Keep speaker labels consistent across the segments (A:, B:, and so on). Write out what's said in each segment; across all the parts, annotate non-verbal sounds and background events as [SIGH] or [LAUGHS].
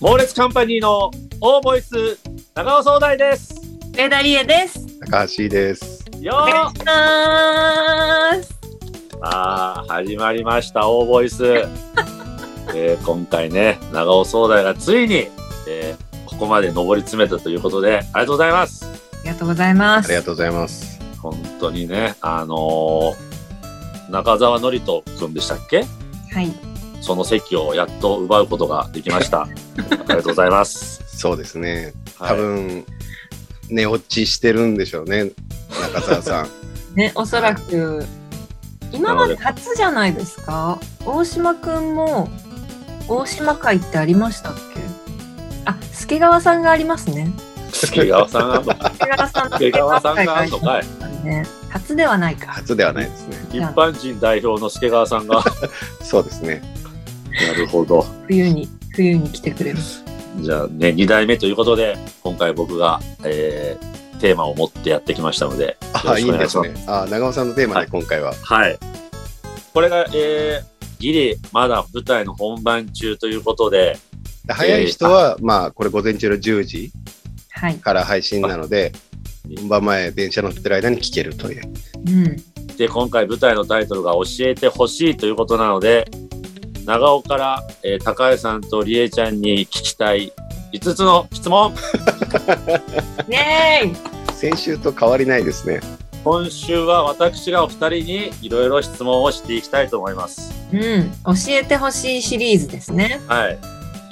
A: 猛烈カンパニーの大ボイス長尾総大です
B: 上田理恵です。
C: 高橋です。
A: よ
B: お願
A: ー
B: いします。
A: あー始まりました大ボイ
C: [LAUGHS]
A: ス、えー今回ね長尾総大がついに、えーここまで上り詰めたということでありがとうございます
B: ありがとうございま
C: ありがとうございます。
A: 本当にねあのー中澤紀人君でしたっけ
B: はい。
A: その席をやっと奪うことができま
C: [LAUGHS]
A: したありがとうございます、
C: そうですね。
A: はい
C: 多分、寝落ちしてるんでしょうね、中
A: [LAUGHS]
C: 澤さん。
B: ね、おそらく。今まで初じゃないですか。大島くんも。大島会ってありましたっけ。あ、助川さんがありますね。
A: 助川さんが
B: 助川さんの
A: 助川さんがあんのかい
B: ね。初ではないか。
C: 初ではないですね。
A: 一般人代表の助川さん
C: [LAUGHS]
A: が
C: そうですね。
A: なるほど
B: 冬に、冬に来てくれる。
A: じゃあね2代目ということで今回僕が、えーテーマを持ってやってきましたのでよ
C: あ
A: ろ
C: あ、い
A: し
C: い
A: くお願
C: んで
A: いし
C: す
A: ます
C: ね。あ長尾さんのテーマ
A: はい
C: で今回は。
A: はいこれが、えーギリまだ舞台の本番中ということで
C: 早い人は、まあ、これ午前中の10時
B: はい。
C: から配信なので
A: はい、
C: 本番前、電車乗ってる間に聞けるという。
B: うん。
A: で今回舞台のタイトルが「教えてほしい」ということなので長尾から、えー高橋さんと理恵ちゃんに聞きたい5つの質問
B: イエーイ。
C: 先週と変わりないですね。
A: 今週は私がお二人にいろいろ質問をしていきたいと思います
B: うん、教えてほしいシリーズですね。
A: はい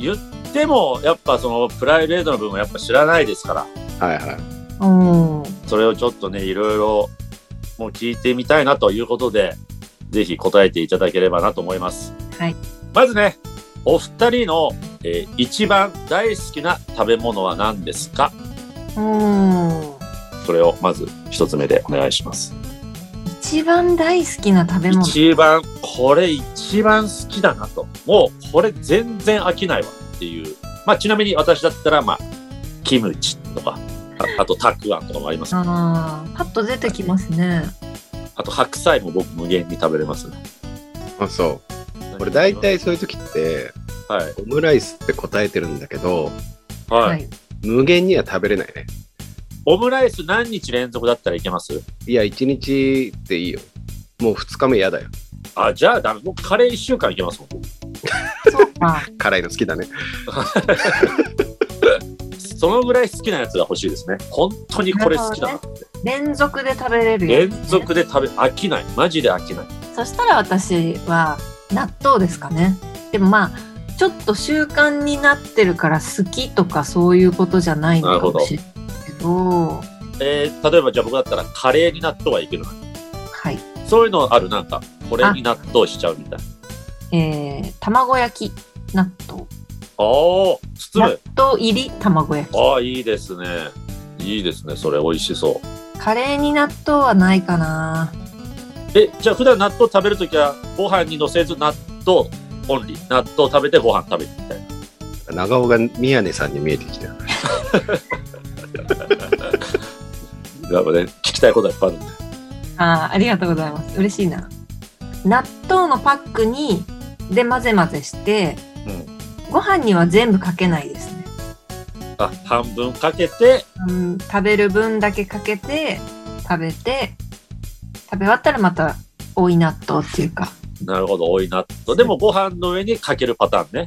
A: 言ってもやっぱそのプライベートの部分はやっぱ知らないですから
C: はいはい。
B: おー
A: それをちょっとねいろいろもう聞いてみたいなということでぜひ答えていただければなと思います
B: はい。
A: まずねお二人の、えー一番大好きな食べ物は何ですか
B: おー
A: それをまず一つ目でお願いします。
B: 一番大好きな食べ物。
A: 一番、これ一番好きだなと。もう、これ全然飽きないわっていう。まあ、ちなみに私だったら、まあ、キムチとか、ああとたくあんとかもあります。
B: ああ、パッと出てきますね。
A: あと白菜も僕無限に食べれますね。
C: あそう。これ大体そういう時って、
A: はい。
C: オムライスって答えてるんだけど、
A: はい。
B: はい。
C: 無限には食べれないね。
A: オムライス何日連続だったらいけます
C: いや、1日でいいよ。もう2日目嫌だよ。
A: あ、じゃあダメ。僕カレー一週間いけますもん。
B: そうか。
C: 辛いの好きだね。
A: そのぐらい好きなやつが欲しいですね。本当にこれ好きだなって。
B: 連続で食べれるやつね
A: 連続で食べ、飽きない。マジで飽きない。
B: そしたら私は納豆ですかね。でもまあ、ちょっと習慣になってるから好きとかそういうことじゃないのかもしれないけど、
A: えー例えばじゃあ僕だったらカレーに納豆はいけるな
B: はい。
A: そういうのあるなんかこれに納豆しちゃうみたいな
B: えー、卵焼き納豆。
A: ああ包
B: 納
A: む
B: 豆入り卵焼き。
A: ああいいですねいいですねそれ美味しそう
B: カレーに納豆はないかな。
A: えじゃあ普段納豆食べるときはご飯にのせず納豆オンリー納豆食べてご飯食べるみたいな
C: 長尾が宮根さんに見えてきたよ。
A: やっぱね聞きたいことはいっぱいあるんで
B: あーありがとうございます。嬉しいな。納豆のパックにで混ぜ混ぜして、
A: うん
B: ご飯には全部かけないですね。
A: あ半分かけて
B: うん、食べる分だけかけて食べて食べ終わったらまた追い納豆っていうか
A: なるほど多い納豆でもご飯の上にかけるパターンね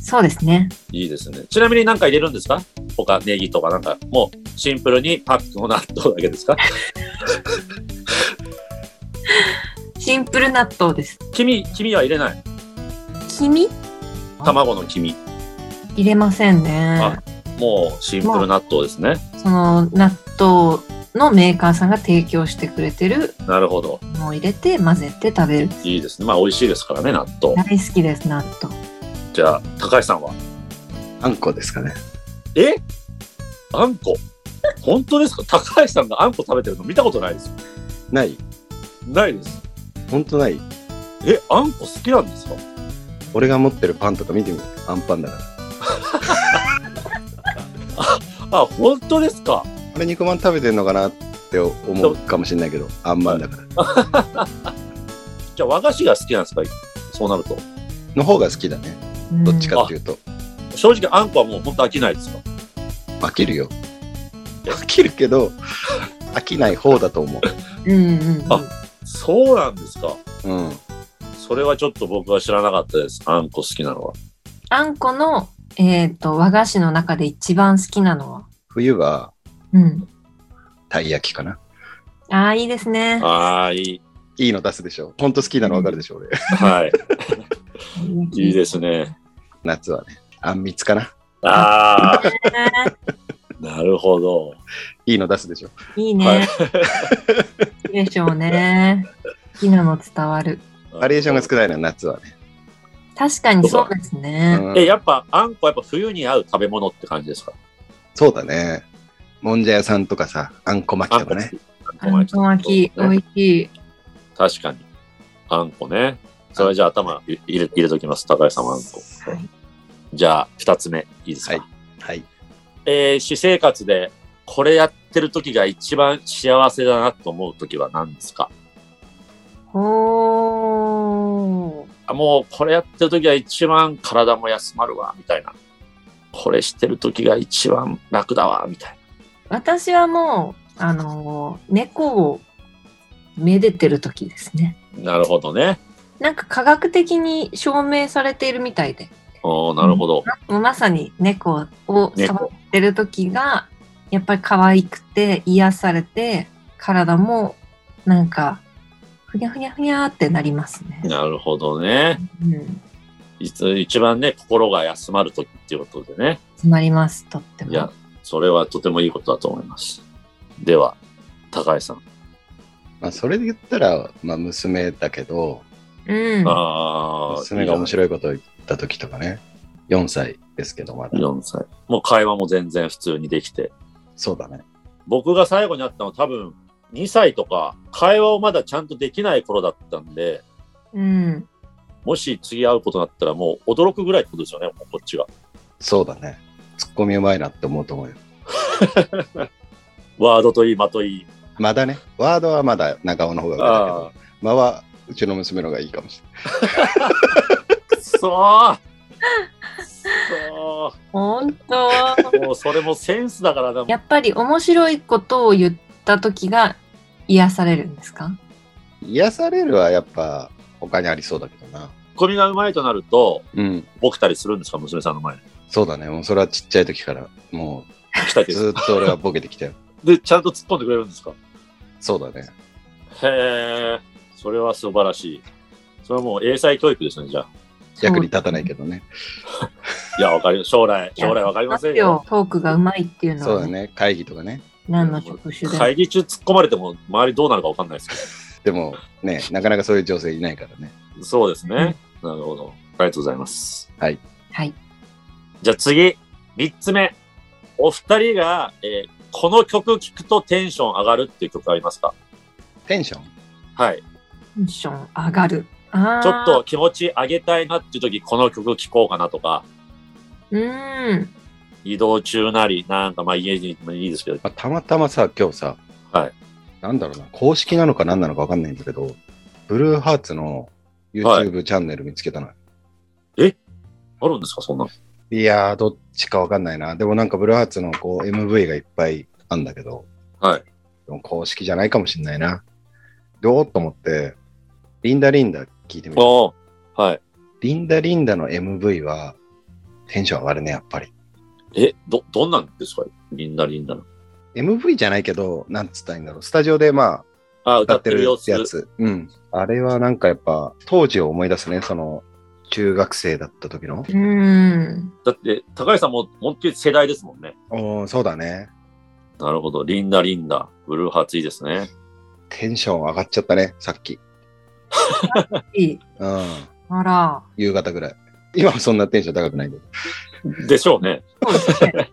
B: そうですね
A: いいですねちなみに何か入れるんですか他ネギとかなんかもうシンプルにパックの納豆だけ [LAUGHS] ですか
B: シンプル納豆です
A: 黄身黄身は入れない
B: 黄身
A: 卵の黄身
B: 入れませんね
A: あもうシンプル納豆ですね。
B: その納豆のメーカーさんが提供してくれてる
A: なるほど。
B: のを入れて混ぜて食べる
A: いいですね。まあ美味しいですからね、納豆。
B: 大好きです納豆
A: じゃあ、高橋さんは
C: あんこですかね。
A: えあんこ本当ですか高橋さんがあんこ食べてるの見たことないですよ。
C: ない。
A: ないです。
C: ほんとない。
A: え、あんこ好きなんですか
C: 俺が持ってるパンとか見てみる。アンパンだから。
A: あ、本当ですか
C: これ肉まん食べてんのかなって思うかもしれないけど、あんまんだから。
A: じゃあ和菓子が好きなんですかそうなると。
C: の方が好きだね。どっちかっていうと。
A: 正直あんこはもう本当飽きないですよ。
C: 飽きるよ。飽きるけど、飽きない方だと思
B: うんうんうん。
A: あそうなんですか。
C: う。うん。
A: それはちょっと僕は知らなかったです。あんこ好きなのは。
B: あんこの、えっと和菓子の中で一番好きなのは。
C: 冬は、
B: うん。
C: たい焼きかな。
B: ああ、いいですね。
A: はーい。
C: いいの出すでしょ。ほんと好きなのわかるでしょ、俺。
A: はい。いいですね。
C: 夏はね。あんみつかな。
A: あ
C: [LAUGHS]
A: あ、
B: ね。
A: なるほど。
C: いいの出すでしょ。
B: いい
A: は
B: ね
A: い。
B: いいでしょうね。好きなの伝わる。
C: バリエーションが少ないのは夏はね。
B: 確かにそうですね。
C: うん
A: え、やっぱあんこはやっぱ冬に合う食べ物って感じですか
C: そうだね。もんじゃ屋さんとかさ、あんこ巻
A: あ
C: き
A: ん
C: と
A: こ好
C: か
A: きあ
C: ね。
A: ん
B: あんこ巻き、
A: そう
B: 美
A: ね
B: 味しい。
A: 確かに。あんこね。それじゃあ頭入れ入れときます。高橋さんはあんこ。
B: はい
A: じゃあ、二つ目、いいですか。
C: はいはい。
A: えー私生活でこれやってる時が一番幸せだなと思う時は何ですか
B: おー。
A: あもうこれやってる時が一番体も休まるわ、みたいな。これしてる時が一番楽だわ、みたい
B: 私はもう、あのー猫をめでてる時ですね。
A: な。なるほどね。
B: なんか科学的に証明されているみたいで、
A: おーなるほど。
B: もうまさに猫を触
A: 猫
B: ってる時が、やっぱり可愛くて癒されて、体もなんか、ふにゃふにゃふにゃーってなりますね。
A: なるほどね。
B: うん。
A: いつ一番ね、心が休まる時っていうことでね。
B: 詰まります、とっても。
A: いや、それはとてもいいことだと思います。では、高井さん。
C: まあ、それで言ったら、まあ、娘だけど、
B: うん。
A: ああ、
C: 娘が面白いことを言った時とかね。4歳ですけど、まだ。
A: 4歳。もう会話も全然普通にできて。
C: そうだね。
A: 僕が最後に会ったのは多分2歳とか、会話をまだちゃんとできない頃だったんで、
B: うん。
A: もし次会うことになったらもう驚くぐらいってことですよね、もうこっちが。
C: そうだね。ツッコミうまいなって思うと思うよ。
A: ワードといい、間といい。
C: まだね。ワードはまだ中尾の方が上だけど
A: あ、
C: 間はうちの娘の方がいいかもしれない。
A: あ、くそーく
B: 本当。
A: そーもうそれもセンスだからな。
B: やっぱり面白いことを言った時が癒されるんですか
C: 癒されるはやっぱ他にありそうだけどな。
A: コミが上手いとなると、
C: うん。
A: ボケたりするんですか、娘さんの前で。
C: そうだね。もうそれはちっちゃい時から、も
A: 来たり
C: う
A: です
C: ずっと俺はボケてきたよ。
A: で、ちゃんと突っ込んでくれるんですか
C: そうだね。
A: へえ、それは素晴らしい。それはもう英才教育ですね、じゃあ。
C: 役に立たないけどね。
A: いや、わかり、将来、将来わかりませんよ。
B: トークがうまいっていうの
C: そう
B: は
C: だ
B: ね、
C: ね。会議とかね。
B: 何の職種でも
A: 会議中突っ込まれても、周りどうなるかわかんないですけ
C: でもね、なかなかそういう女性いないからね。
A: ど。そうですね。なるほど。ありがとうございます。
B: はい。
A: じゃあ次、3つ目。お二人が、えーこの曲聴くとテンション上がるっていう曲ありますか
C: テンション
A: はい。
B: テンション上がる。あー
A: ちょっと。気持ち上げたいなっていう時、この曲聴こうかなとか、
B: うん。
A: 移動中なり、なんかまあ家にもいいですけど、
C: まあ、たまたまさ、今日さ、
A: はい。
C: なんだろうな、公式なのか何なのかわかんないんだけど、ブルーハーツの YouTube チャンネル見つけたの。
A: あるんですかそんなの。
C: い、やー、どっちかわかんないな。でもなんかブルーハーツのこう MV がいっぱいあんだけど、
A: はい。
C: でも公式じゃないかもしんないな。どうと思って、リンダリンダ聞いてみる。
A: おーはい。
C: リンダリンダの MV はテンション上がるね、やっぱり。
A: え、ど、どんなんですかみんなりんなの。
C: MV じゃないけど、なんつったらいいんだろう。スタジオでまあ、
A: あ、
C: 歌
A: 歌
C: っ
A: ってて
C: る
A: る
C: や
A: 様
C: つ
A: 子。
C: うん。あれはなんかやっぱ、当時を思い出すね、その、中学生だった時の。
B: うん。
A: だって、高橋さんも、本当に世代ですもんね。
C: おーそうだね。
A: なるほど。リンダリンダ。ブルーハーツいいですね。
C: テンション上がっちゃったね、さっき。
B: いい。
C: うん。
B: あら。
C: 夕方ぐらい。今はそんなテンション高くな
A: [LAUGHS]
C: いけど。
A: でしょうね。
B: そ
A: [LAUGHS]
B: うですね。
A: はい、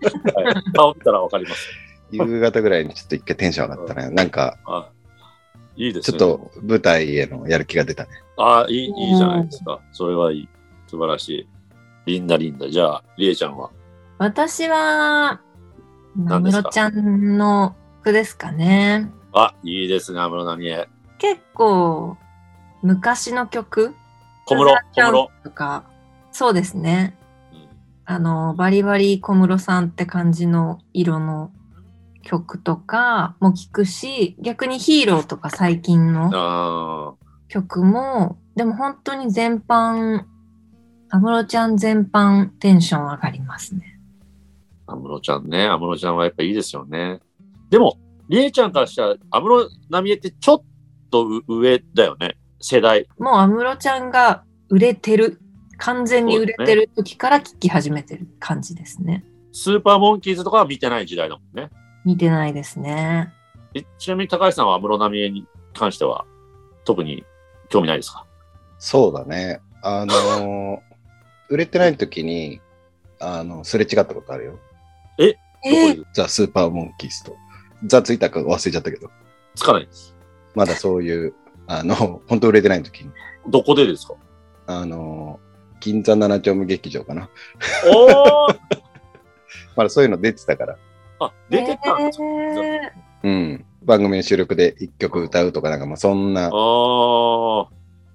A: 顔見たらわかります。
C: 夕方ぐらいにちょっと一回テンション上がったね。なんか、
A: あいいです
C: ちょっ
A: ね。
C: と舞台へのやる気が出たね。
A: あいい、いいじゃないですか。それはいい。素晴らしい。リンダリンダ。じゃあ、りえちゃんは。
B: 私は、ナ
A: 何で
B: ムロ
A: すか
B: ちゃんの句ですかね。
A: あ、いいですね、安室奈美恵。
B: 結構、昔の曲
A: 小室、小室。
B: とか、そうですね。
A: うん
B: あのバリバリ小室さんって感じの色の曲とかも聞くし逆にヒーローとか最近の
A: あ
B: 曲もでも本当に全般安室ちゃん全般テンション上がりますね。
A: あ、安室ちゃんね。安室ちゃんはやっぱいいですよね。でも、りえちゃんからしたら安室奈美恵ってちょっと上だよね。世代。
B: もう安室ちゃんが売れてる完全に売れてる時から聴き始めてる感じですね。
A: スーパーモンキーズとかは見てない時代だもんね。
B: 見てないですね。
A: えちなみに高橋さんは安室奈美恵に関しては特に興味ないですか
C: そうだね。あ
A: [LAUGHS]
C: のー売れてない時に、あの、すれ違ったことあるよ。
A: どこ
B: えー
A: に
C: ザ・スーパーモンキースと。ザついたか忘れちゃったけど、
A: つかないです。
C: まだそういう、あの、 [LAUGHS] 本当売れてない時に、
A: どこでですか
C: あのー銀座7丁目劇場かな。
A: おー
C: まだそういうの出てたから。
A: あ、出てたんですか、
B: えー
C: うん。番組の収録で一曲歌うとかなんか、まあそんな
A: あ、ー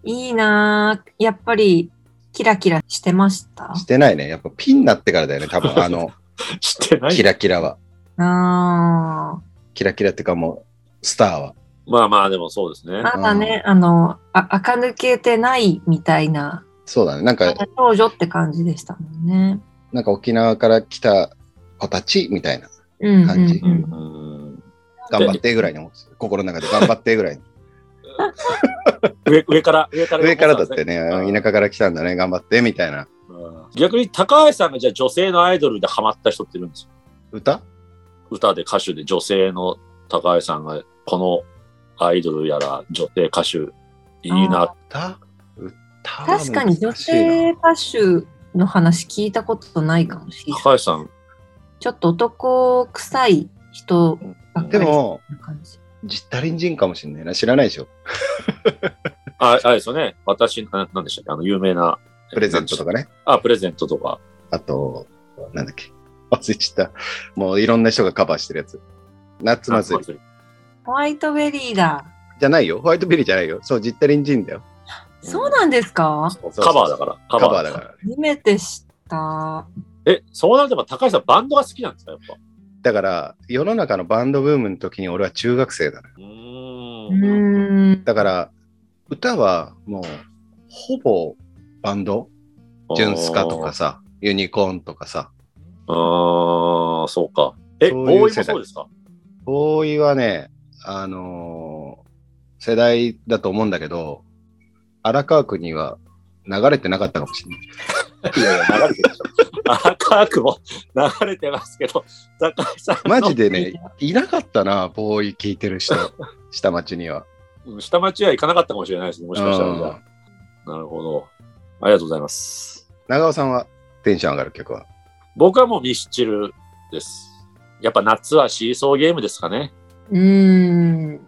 B: いいなぁやっぱりキラキラしてました。
C: してないね。やっぱピンになってからだよ
A: [LAUGHS]
C: ね、多分。あの、
A: してない
C: キラキラは。
B: あ
C: キラキラっていうかもう、スターは。
A: まあまあ、でもそうですね
B: ー。まだね、あのあ、垢抜けてないみたいな、
C: そうだね。なんか、
B: 少女って感じでしたもんね。
C: なんか沖縄から来た子たちみたいな。
B: うんうん、
C: 感じ
B: うん
A: うん
C: 頑張ってぐらいに思って
A: [LAUGHS]
C: た心の中で頑張ってぐらいに。
A: 上上から、上から、
C: 上からだってね、
A: うん
C: 田舎から来たんだね、頑張ってみたいな。
A: うん逆に高橋さんがじゃあ女性のアイドルでハマった人っているんですよ。
C: 歌
A: 歌で歌手で女性の高橋さんがこのアイドルやら女性歌手いいな。
C: 歌歌は難
B: 確
C: しい
B: かに女性
C: な
B: 歌手の話聞いたことないかもしれない。
A: 高橋さん、
B: ちょっと男臭い人ばっか
C: で
B: り
C: も、
B: な感じ。
C: ジッタリン人かもしれないな。知らないでしょ。
A: ああれですよね。私、ななんでしたっけあの、有名な。
C: プレゼントと
A: か。
C: かね。
A: あ、プレゼントとか。
C: あと、なんだっけ。忘れちゃった。もういろんな人がカバーしてるやつ。夏祭り。
A: り。
B: ホワイトベリーだ。
C: じゃないよ。ホワイトベリーじゃないよ。そう、ジッタリン人だよ。
B: そうなんですか
A: そうカバーだから。
C: カ
A: カバー
C: バーだから。
B: 初めて知った。
A: え、そうなるとやっぱ高橋さんバンドが好きなんですかやっぱ。
C: だから、世の中のバンドブームの時に俺は中学生だな。
A: う
B: う
A: ーん。
B: ーん。
C: だから、歌はもう、ほぼバンドジュンスカとかさ、ユニコーンとかさ、
A: あー。あーそうか。え、
C: そう
A: ボー
C: いう
A: イも
C: 世代
A: そうですか
C: ボーイはね、あのー世代だと思うんだけど、荒川区には流れてなかったかもしれない。
A: いやいや、流れてるでしょ。赤くも流れてますけど、高橋さんの。
C: マジで
A: [LAUGHS]
C: ね、いなかったな、ボーイ聞いてる人、下町には。
A: うん下町は行かなかったかもしれないですね。もしかしたらじゃ
C: うん
A: あ。なるほど。ありがとうございます。
C: 長尾さんはテンション上がる曲は。
A: 僕はもうミスチルです。やっぱ夏はシーソーゲームですかね。
B: うーん。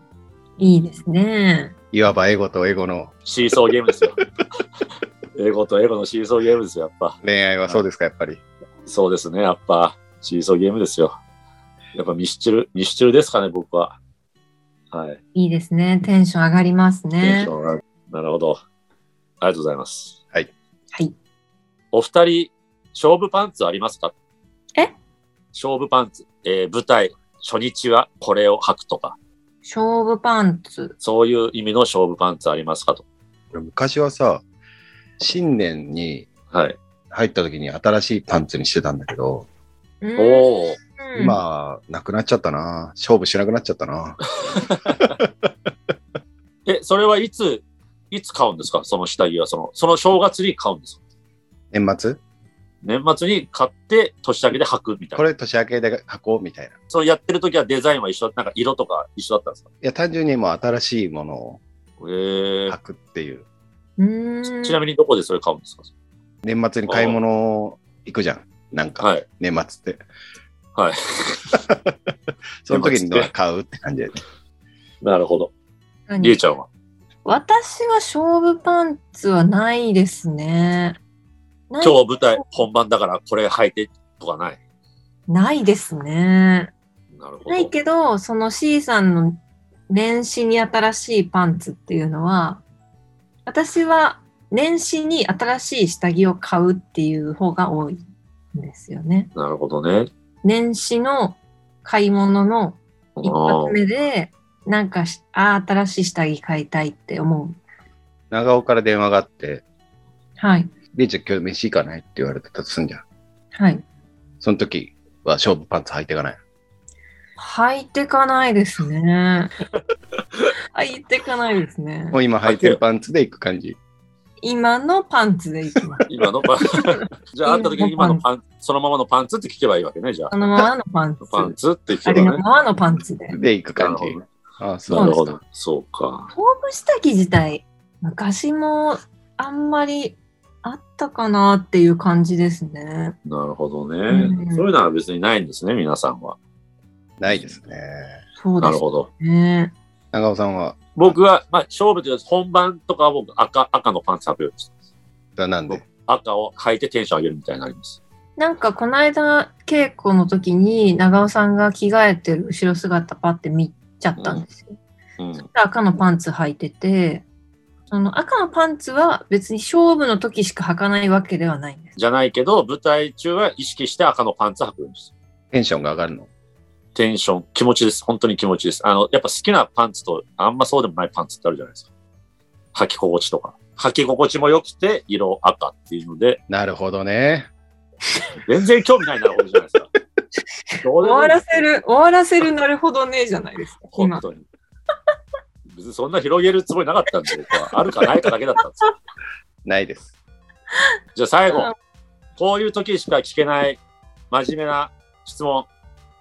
B: いいですね。
C: いわばエゴとエゴの
A: シーソーゲームです
C: [LAUGHS]
A: よ。英語と英語のシーソーゲームですよ、やっぱ。
C: 恋愛はそうですか、やっぱり。
A: そうですね、やっぱ。シーソーゲームですよ。やっぱミスチル、ミスチルですかね、僕は。はい。
B: いいですね。テンション上がります
A: テン
B: ね
A: ショ。ンがなるほど。ありがとうございます。
B: はい。
A: お二人、勝負パンツありますか
B: え
A: 勝負パンツ。えー舞台、初日はこれを履くとか、
B: 勝負パンツ。
A: そういう意味の勝負パンツありますかと。
C: 昔はさ、新年に
A: はい。
C: 入った時に新しいパンツにしてたんだけど、
B: うーん
A: おお。
C: 今、なくなっちゃったな。勝負しなくなっちゃっ
A: [LAUGHS]
C: たな。
A: え、それはいつ、いつ買うんですかその下着は、その、その正月に買うんですか
C: 年末
A: 年末に買って、年明けで履くみたい
C: こ
A: な。
C: れ年明けで書こうみたいな。い
A: そのやってる時はデザインは一緒、なんか色とか一緒だったんですか
C: や、単純にもう新しいものを
A: え
C: 書くっていう。
B: うー
A: ー、
B: ん。
A: ちなみにどこでそれ買うんですか
C: 年末に買い物行くじゃん。なんか、
A: はい。
C: 年末って。
A: はい。
C: [LAUGHS] その時
A: 年
C: に
A: 末って
C: 買うって感じで。
A: なるほど。
B: 何
A: りえちゃんは
B: 私は勝負パンツはないですね。ない
A: 今日舞台本番だからこれ履いてとかない。
B: ないですね。
A: なるほど。
B: ないけど、その C さんの年始に新しいパンツっていうのは、私は年始に新しい下着を買うっていう方が多い。ですよね。
A: なるほどね。
B: 年始の買い物の一発目で、なんかし、ああ、新しい下着買いたいって思う。
C: 長尾から電話があって、
B: はい。
C: リーチ今日飯行かないって言われたとすんじゃん。
B: はい。
C: その時は勝負パンツ履いていかない。
B: 履いてかないですね。履いてかないですね
C: も。う今履いてるパンツで行く感じ。
B: 今のパンツでいきます。
A: 今のパ
B: [LAUGHS]
A: ンじゃあ、会った時に今のパン、そのままのパンツって聞けばいいわけね、じゃあ
B: あ。のままのパンツ。
A: パンツって聞
B: あ
A: け
B: りの
A: ばね。
B: ままのパンツで。
C: で行く
A: なる
C: 感
A: ほ
C: じ
A: ど。ね。
C: ああ、そ
A: な
C: う
A: る
C: です
A: ほ
C: か
A: ど。そうか。
B: 頭部下着自体、昔もあんまりあったかなっていう感じですね。
A: なるほどね。
B: うん
A: そういうのは別にないんですね、皆さんは。
C: ないですね。
B: そう
A: な
B: で
A: る
B: す
A: ほど。
B: ね。
C: 長尾さんは、
A: 僕は、まあ、勝負というか本番とかは僕赤、赤のパンツ履くようにしてます
C: だなんで。
A: 赤を履いてテンション上げるみたいになります。
B: なんかこの間稽古の時に長尾さんが着替えてる後ろ姿パッて見ちゃったんですよ。
A: うん。
B: 赤のパンツ履いてて、その赤のパンツは別に勝負の時しか履かないわけではないんです。
A: じゃないけど、舞台中は意識して赤のパンツ履くようにしてます。
C: テンションが上がるの。
A: テンション、気持ちです。本当に気持ちです。あの、やっぱ好きなパンツと、あんまそうでもないパンツってあるじゃないですか。履き心地とか。履き心地も良くて、色赤っていうので、
C: なるほどね。
A: 全然興味ないなるほどじゃないですか。どうでも
B: 終
A: い
B: わ
A: いで
B: ら
A: す
B: せる、終わらせるなるほどねじゃないですか。
A: 本
B: 今。
A: 当に。別にそんな広げるつもりなかったんで、僕はあるかないかだけだったんですよ。
C: ないです。
A: じゃあ最
B: うん
A: 後、こういう時しか聞けない真面目な質問。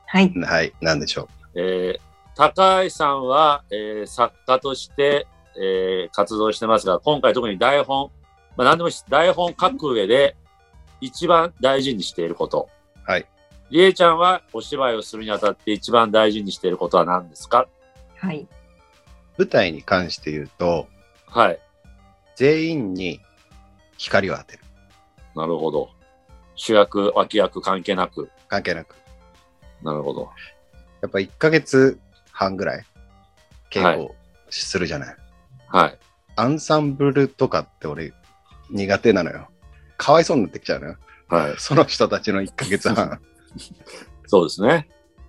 B: はい。
C: はい、なんでしょう。
A: えー高橋さんは、えー作家として、えー活動してますが、今回特に台本、まあ、何でもいいです台本書く上で一番大事にしていること。
C: はい。
A: りえちゃんはお芝居をするにあたって一番大事にしていることは何ですか
B: はい。
C: 舞台に関して言うと、
A: はい。
C: 全員に光を当てる。
A: なるほど。主役、脇役関係なく。
C: 関係なく。
A: なるほど。
C: やっぱ1ヶ月半ぐらい稽
A: は
C: 古
A: い
C: をするじゃない。
A: はい。
C: アンサンブルとかって俺苦手なのよ。かわいそうになってきちゃうのよ。
A: はい。
C: その人たちの1ヶ月半。
A: そうですね。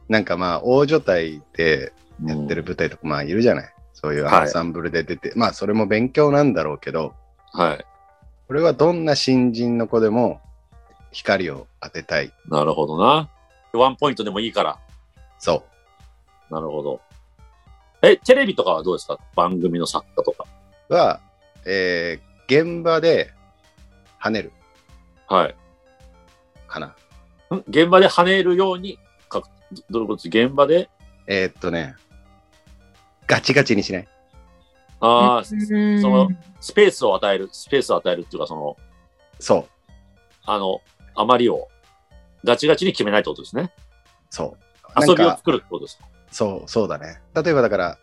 C: なんかまあ、大所帯でやってる
A: うん
C: 舞台とかまあいるじゃない。そういうアンサンブルで出て、まあそれも勉強なんだろうけど、
A: はい。
C: 俺はどんな新人の子でも光を当てたい。
A: なるほどな。ワンポイントでもいいから。
C: そう。
A: なるほど。え、テレビとかはどうですか番組の作家とか。
C: は、えー現場で跳ねる
A: はい。
C: かな。
A: ん現場で跳ねるように書く。どどういうことです現場で
C: えーっとね、ガチガチにしない。
A: ああ、
B: うーん
A: そのスペースを与える。スペースを与えるっていうか、その、
C: そう、
A: あの、あまりをガチガチに決めないってことですね。
C: そう。なん
A: 遊びを
C: か、
A: 作るってことですか。
C: そう、そうだね。例えばだから、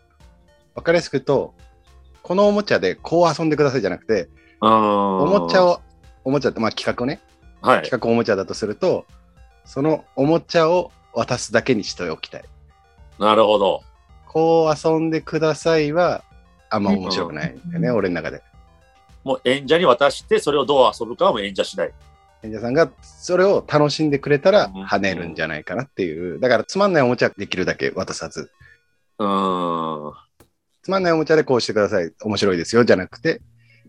C: わかりやすく言うと、このおもちゃでこう遊んでくださいじゃなくて、
A: お
C: おもちゃ。を、おもちゃって、まあ企画をね、
A: はい。
C: 企画おもちゃだとすると、そのおもちゃを渡すだけにしておきたい。
A: なるほど。
C: こう遊んでくださいは、あんま面白くないんだよね、
B: うん
C: 俺の中で。
A: もう演者に渡して、それをどう遊ぶかはもう演者次第。
C: 演者さんがそれを楽しんでくれたら
A: うん
C: 跳ねるんじゃないかなっていう。だからつまんないおもちゃはできるだけ渡さず。
A: うーん。
C: つまんないおもちゃでこうしてください。面白いですよ。じゃなくて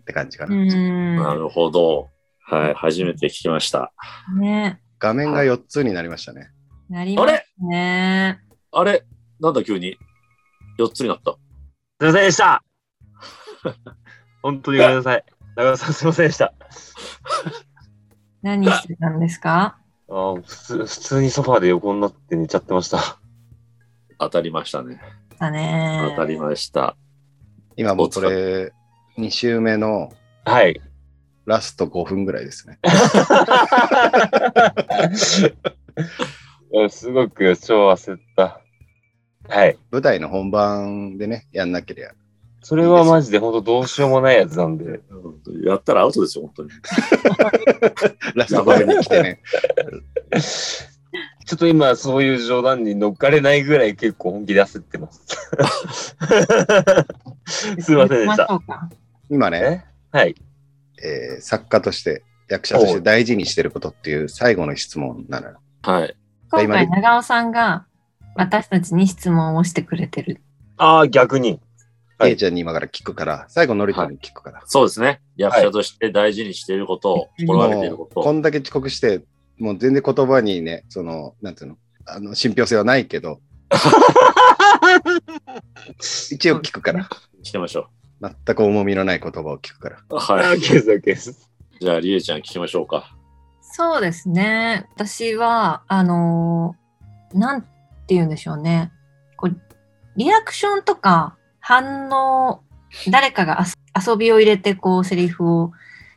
C: って感じか
B: う
C: な。
A: な
B: ー
A: るほど。はい。初めて聞きました。
B: ん。ね。
C: 画面が4つになりましたね。
B: なりますね。
A: あれなんだ急に。4つになった。
D: すいませんで [LAUGHS] した。本当にごめんなさい。長田さんすいませんでした。
B: 何してたんですか
D: あー普通普通にソファーで横になって寝ちゃってました。
A: 当たりましたね。
B: だね
A: 当。たりました。
C: 今もうこれ2周目の
D: [LAUGHS] はい。
C: ラスト5分ぐらいですね。
D: うんすごく超焦った。はい。
C: 舞台の本番でね、やんなければ。
D: それはマジで本当どうしようもないやつなんで。
A: やったらアウトですよ、本当に。
C: ラスト5分に来て
D: [LAUGHS]
C: ね。
D: ちょっと今そういう冗談に乗っかれないぐらい結構本気で焦ってます。 [LAUGHS] すいませ
B: 行き
D: んでした
B: ましょうか
C: 今ね、
D: えはい。
C: えー作家として役者として大事にしてることっていう最後の質問なのよ。
A: はい。
B: 今回長尾さんが私たちに質問をしてくれてる。
D: ああ、逆に。はい
C: A ちゃんに今から聞くから、最後のりちゃんに聞くから。
A: そうですね。役者として大事にしていることを、心がけている
C: も
A: こ
C: う
A: と
C: こ
A: を。
C: んだけ遅刻して、もう全然言葉にね、その、なんていうの、あの信憑性はないけ
A: [LAUGHS]
C: ど、一応聞くから。
A: 聞きましょ
C: 全く重みのない言葉を聞くから。
A: う。
D: あ
A: は
D: ー
A: い。
D: ケースだケー [LAUGHS] ス。
A: じゃあ、りえちゃん聞きましょうか。
B: そうですね。私は、あのーなんて言うんでしょうね。こうリアクションとか反応、誰かがあす遊びを入れて、こう、セリフを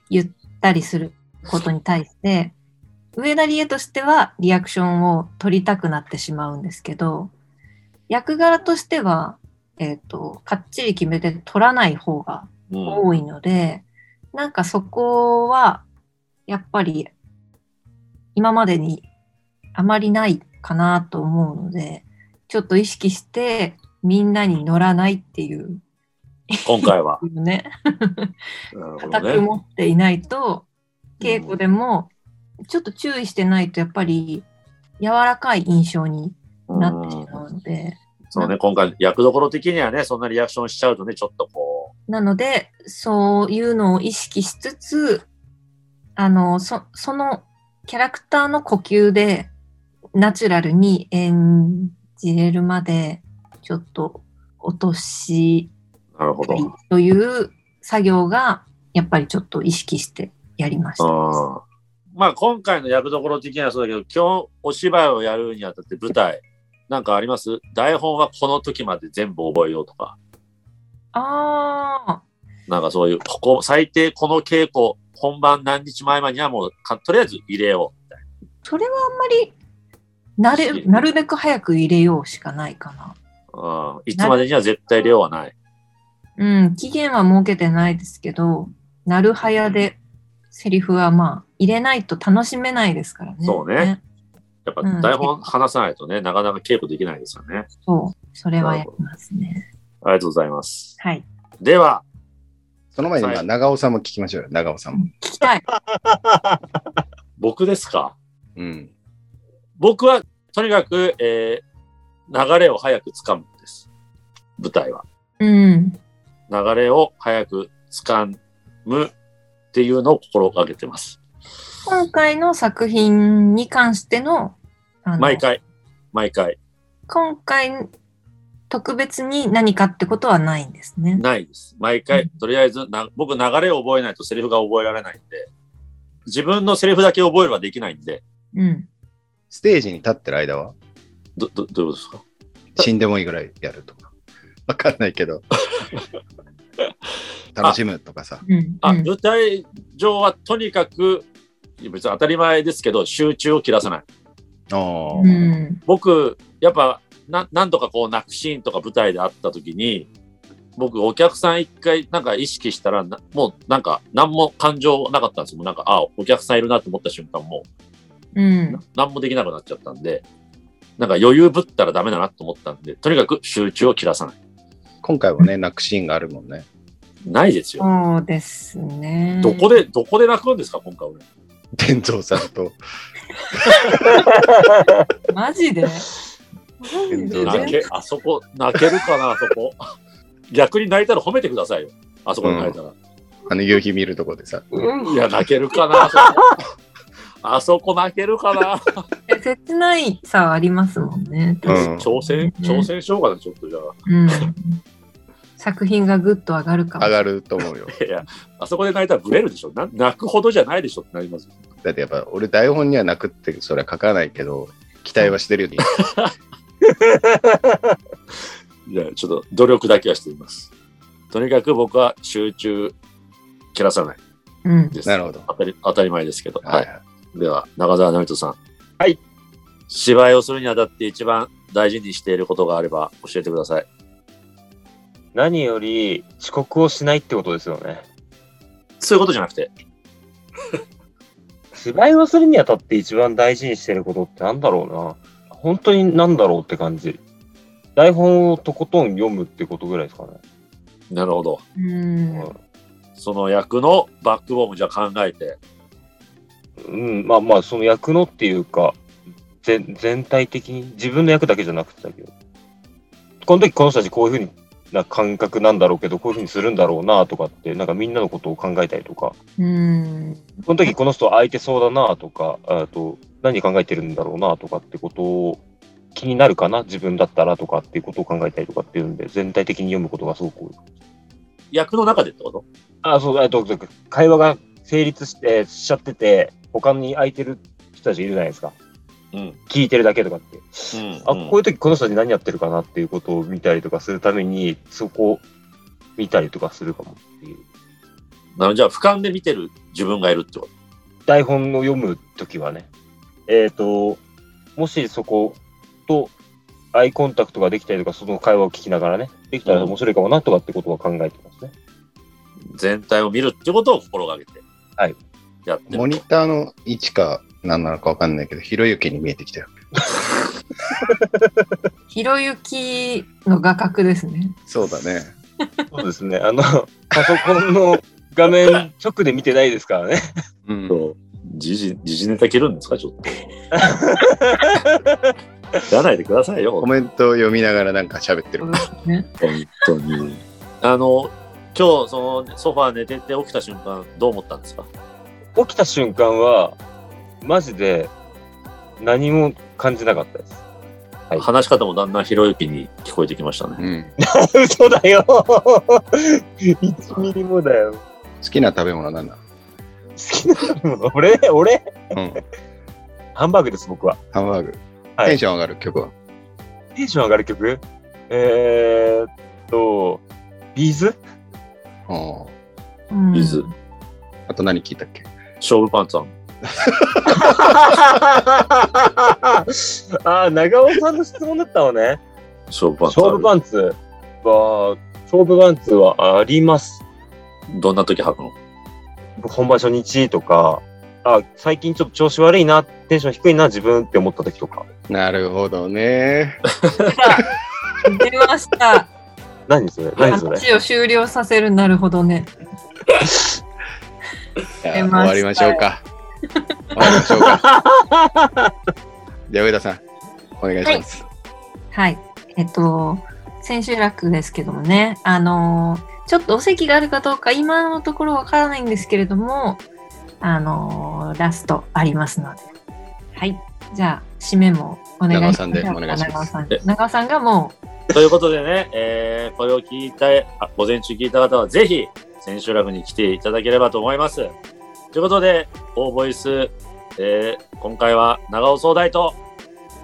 B: 言ったりすることに対して、上田理恵としてはリアクションを取りたくなってしまうんですけど、役柄としては、えっ、と、かっちり決めて取らない方が
A: うん。
B: 多いので、なんかそこはやっぱり今までにあまりないかなと思うのでちょっと意識してみんなに乗らないっていう
A: 今回は。
B: ね
A: なるほ
B: 固
A: ど
B: く
A: ね。
B: 持っていないと稽古でもちょっと注意してないとやっぱり柔らかい印象に
A: う
B: なってし
A: ん
B: まうので、
A: そうね、今回、役どころ的にはね、そんなリアクションしちゃうとね、ちょっとこ
B: なので、そういうのを意識しつつ、あの、そそのキャラクターの呼吸で、ナチュラルに演じれるまで、ちょっと落とし
A: う、なるほ
B: た
A: ど。
B: いという作業が、やっぱりちょっと意識してやりました。
A: うんまあ今回の役どころ的にはそうだけど、今日お芝居をやるにあたって舞台、なんかあります台本はこの時まで全部覚えようとか、
B: ああ、
A: なんかそういう、ここ、最低この稽古、本番何日前までにはもうか、とりあえず入れよ
B: それはあんまり、なる、なるべく早く入れようしかないかな。
A: う。うん、いつまでには絶対入れようはない。
B: うん、期限は設けてないですけど、なるはやでセリフはまあ入れないと楽しめないですからね。
A: そうね。やっぱ台
B: う
A: 本
B: ん
A: 話さないとね、なかなか稽古できないですよね。
B: そう、それはやりますね。
A: ありがとうございます。
B: はい。
A: では、
C: その前に
A: は
C: 今、
A: い
C: 長尾さんも聞きましょうよ、長尾さんも。
B: 聞きたい。
A: 僕ですか
C: うん。
A: 僕はとにかく、えー流れを早く掴むんです。舞台は。
B: うん。
A: 流れを早く掴むっていうのを心がけてます。
B: 今回の作品に関しての、あの
A: 毎回、毎回、
B: 今回特別に何かってことはないんですね。
A: ないです。毎
B: う
A: 回
B: ん、
A: とりあえずな、僕流れを覚えないとセリフが覚えられないんで、自分のセリフだけ覚えればできないんで、
B: うん。
C: ステージに立ってる間は、
A: ど、ど、どういうことですか
C: 死んでもいいぐらいやるとか。わかんない
A: [LAUGHS]
C: けど。楽しむとかさ。
B: うん。
A: あ、
B: うん
A: 舞台上はとにかく、別に当たり前ですけど、集中を切らさない。
B: う
C: おー
B: ん。
A: 僕、やっぱ、な、何度かこう、泣くシーンとか舞台であった時に、僕、お客さん一回、なんか意識したらな、もう、なんか、何も感情なかったんですよ。もうなんか、あお客さんいるなと思った瞬間、も
B: うん
A: う、何もできなくなっちゃったんで、なんか余裕ぶったらダメだなと思ったんで、とにかく集中を切らさない。
C: 今回はね、泣くシーンがあるもんね。
A: ないですよ。
B: そうですね。
A: どこで、どこで泣くんですか、今回俺。
C: 天蔵さんと。
B: マ
A: [LAUGHS]
B: ジで
C: 全然
B: マジ
A: 泣
B: で
A: け、あそこ、泣けるかな、あそこ。逆に泣いたら褒めてくださいよ。あそこで泣いたら。
C: あの夕日見るとこでさ。
A: いや、泣けるかな、あそこ。 [LAUGHS] あそこ泣けるかな。
B: 切ないさはありますもんね。
C: うん。
A: 挑戦、
B: うん
A: 挑戦しようかな、ちょっとじゃ
B: うん、作品がぐっと上がるかも。
C: 上がると思うよ。
A: あ。いや、あそこで泣いたらブレるでしょ。な泣くほどじゃないでしょってなりますよ。
C: だってやっぱ俺台本には泣くってそれは書かないけど、期待はしてるよね。
A: いや、ちょっと努力だけはしています。とにかく僕は集中、切らさない
B: うん。
A: です。
C: [LAUGHS] なるほど
A: 当たり当たり前ですけど。
C: は
A: はいい。。では、中澤直人さん。
D: はい。
A: 芝居をするにあたって一番大事にしていることがあれば教えてください。
D: 何より遅刻をしないってことですよね。
A: そういうことじゃなくて。
D: 芝居をするにあたって一番大事にしてることってなんだろうな。本当になんだろうって感じ。台本をとことん読むってことぐらいですかね。
A: なるほど。
B: うん。
D: うん
A: その役のバックボーンをじゃあ考えて、
D: うん、まあまあ、その役のっていうか、全全体的に、自分の役だけじゃなくてだけど、この時この人たちこういうふうにな感覚なんだろうけど、こういうふうにするんだろうなとかって、なんかみんなのことを考えたりとか、
B: うん。
D: この時この人空いてそうだなとか、あと何考えてるんだろうなとかってことを気になるかな、自分だったらとかっていうことを考えたりとかっていうんで、全体的に読むことがすごく多い。
A: 役の中でってこと
D: あ、そう、えっと、会話が成立してしちゃってて、他に空いてる人たちいるじゃないですか。
A: うん。
D: 聞いてるだけとかって。
A: うん
D: あ、こういう時この人たち何やってるかなっていうことを見たりとかするために、そこを見たりとかするかもっていう。
A: なのでじゃあ、俯瞰で見てる自分がいるってこ
D: 台本を読むときはね、えっ、と、もしそことアイコンタクトができたりとか、その会話を聞きながらね、できたら面白いかもなとかってことは考えてますね。
A: と。全体を見るってことを心がけて。
D: はい。
A: やってる。
C: モニターの位置か何なのかわかんないけど、ひろゆきに見えてきたよ。
B: ひろゆきの画角ですね。
C: そうだね。
D: そうですね。あの、パソコンの画面直で見てないですからね。
C: うん
A: そう時事、時事ネタ切るんですか、ちょっと。やらないでくださいよ、
C: コメントを読みながらなんか喋ってる。
B: ね
A: 本当に。あの、今日、その、ソファー寝てて起きた瞬間、どう思ったんですか
D: 起きた瞬間は、マジで何も感じなかったです。はい
A: 話し方もだんだんひろゆきに聞こえてきましたね。
C: うん
D: 嘘だよ [LAUGHS] !1 ミリもだよ。
C: 好きな食べ物なんだ、
D: 好きなの俺俺
C: うん、
D: ハンバーグです、僕は。
C: ハンバーグ。
D: はい
C: テンション上がる曲は。
D: テンション上がる曲えー、っと、ビーズ [LAUGHS]
C: うん
B: うん
A: ビズ
C: あと何聞いたっけ
A: 勝負パンツさん。
D: あー、長尾さんの質問だったわね。
A: 勝負パンツある
D: 勝負パンツは、勝負パンツはあります。
A: どんな時履くの
D: 本番初日とか、あ、最近ちょっと調子悪いな、テンション低いな、自分って思った時とか。
C: なるほどね。
B: 出ました。
D: 何それ何それ
B: 話を終了させるなるほどね。出ま
C: じゃあ終
B: した
C: わりましょうか。終わりましょうか。 [LAUGHS] じゃあ上田さん、お願いします。
B: はい。えっと、千秋楽ですけどもね、あのーちょっとお席があるかどうか今のところわからないんですけれども、あのーラストありますので。はい。じゃあ、締めもお願いします。
C: 長尾さんでお願いします
B: 長尾さん長尾さんがもう、
A: ということでね、えーこれを聞いた、あ午前中聞いた方は、ぜひ、千秋楽に来ていただければと思います。ということで、オーボイス、えー今回は長尾総大と、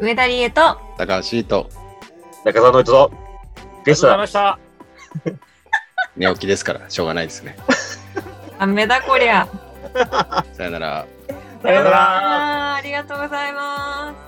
B: 上田理恵と、
C: 高橋と
D: 中澤の人ぞ。
A: あり
D: で
A: が
D: し
A: とうござい
D: た
A: ま。した。
C: 寝起きですから、しょうがないですね。
B: ダメだこりゃ。
C: さよなら。
D: さようなら
B: あーありがとうございます。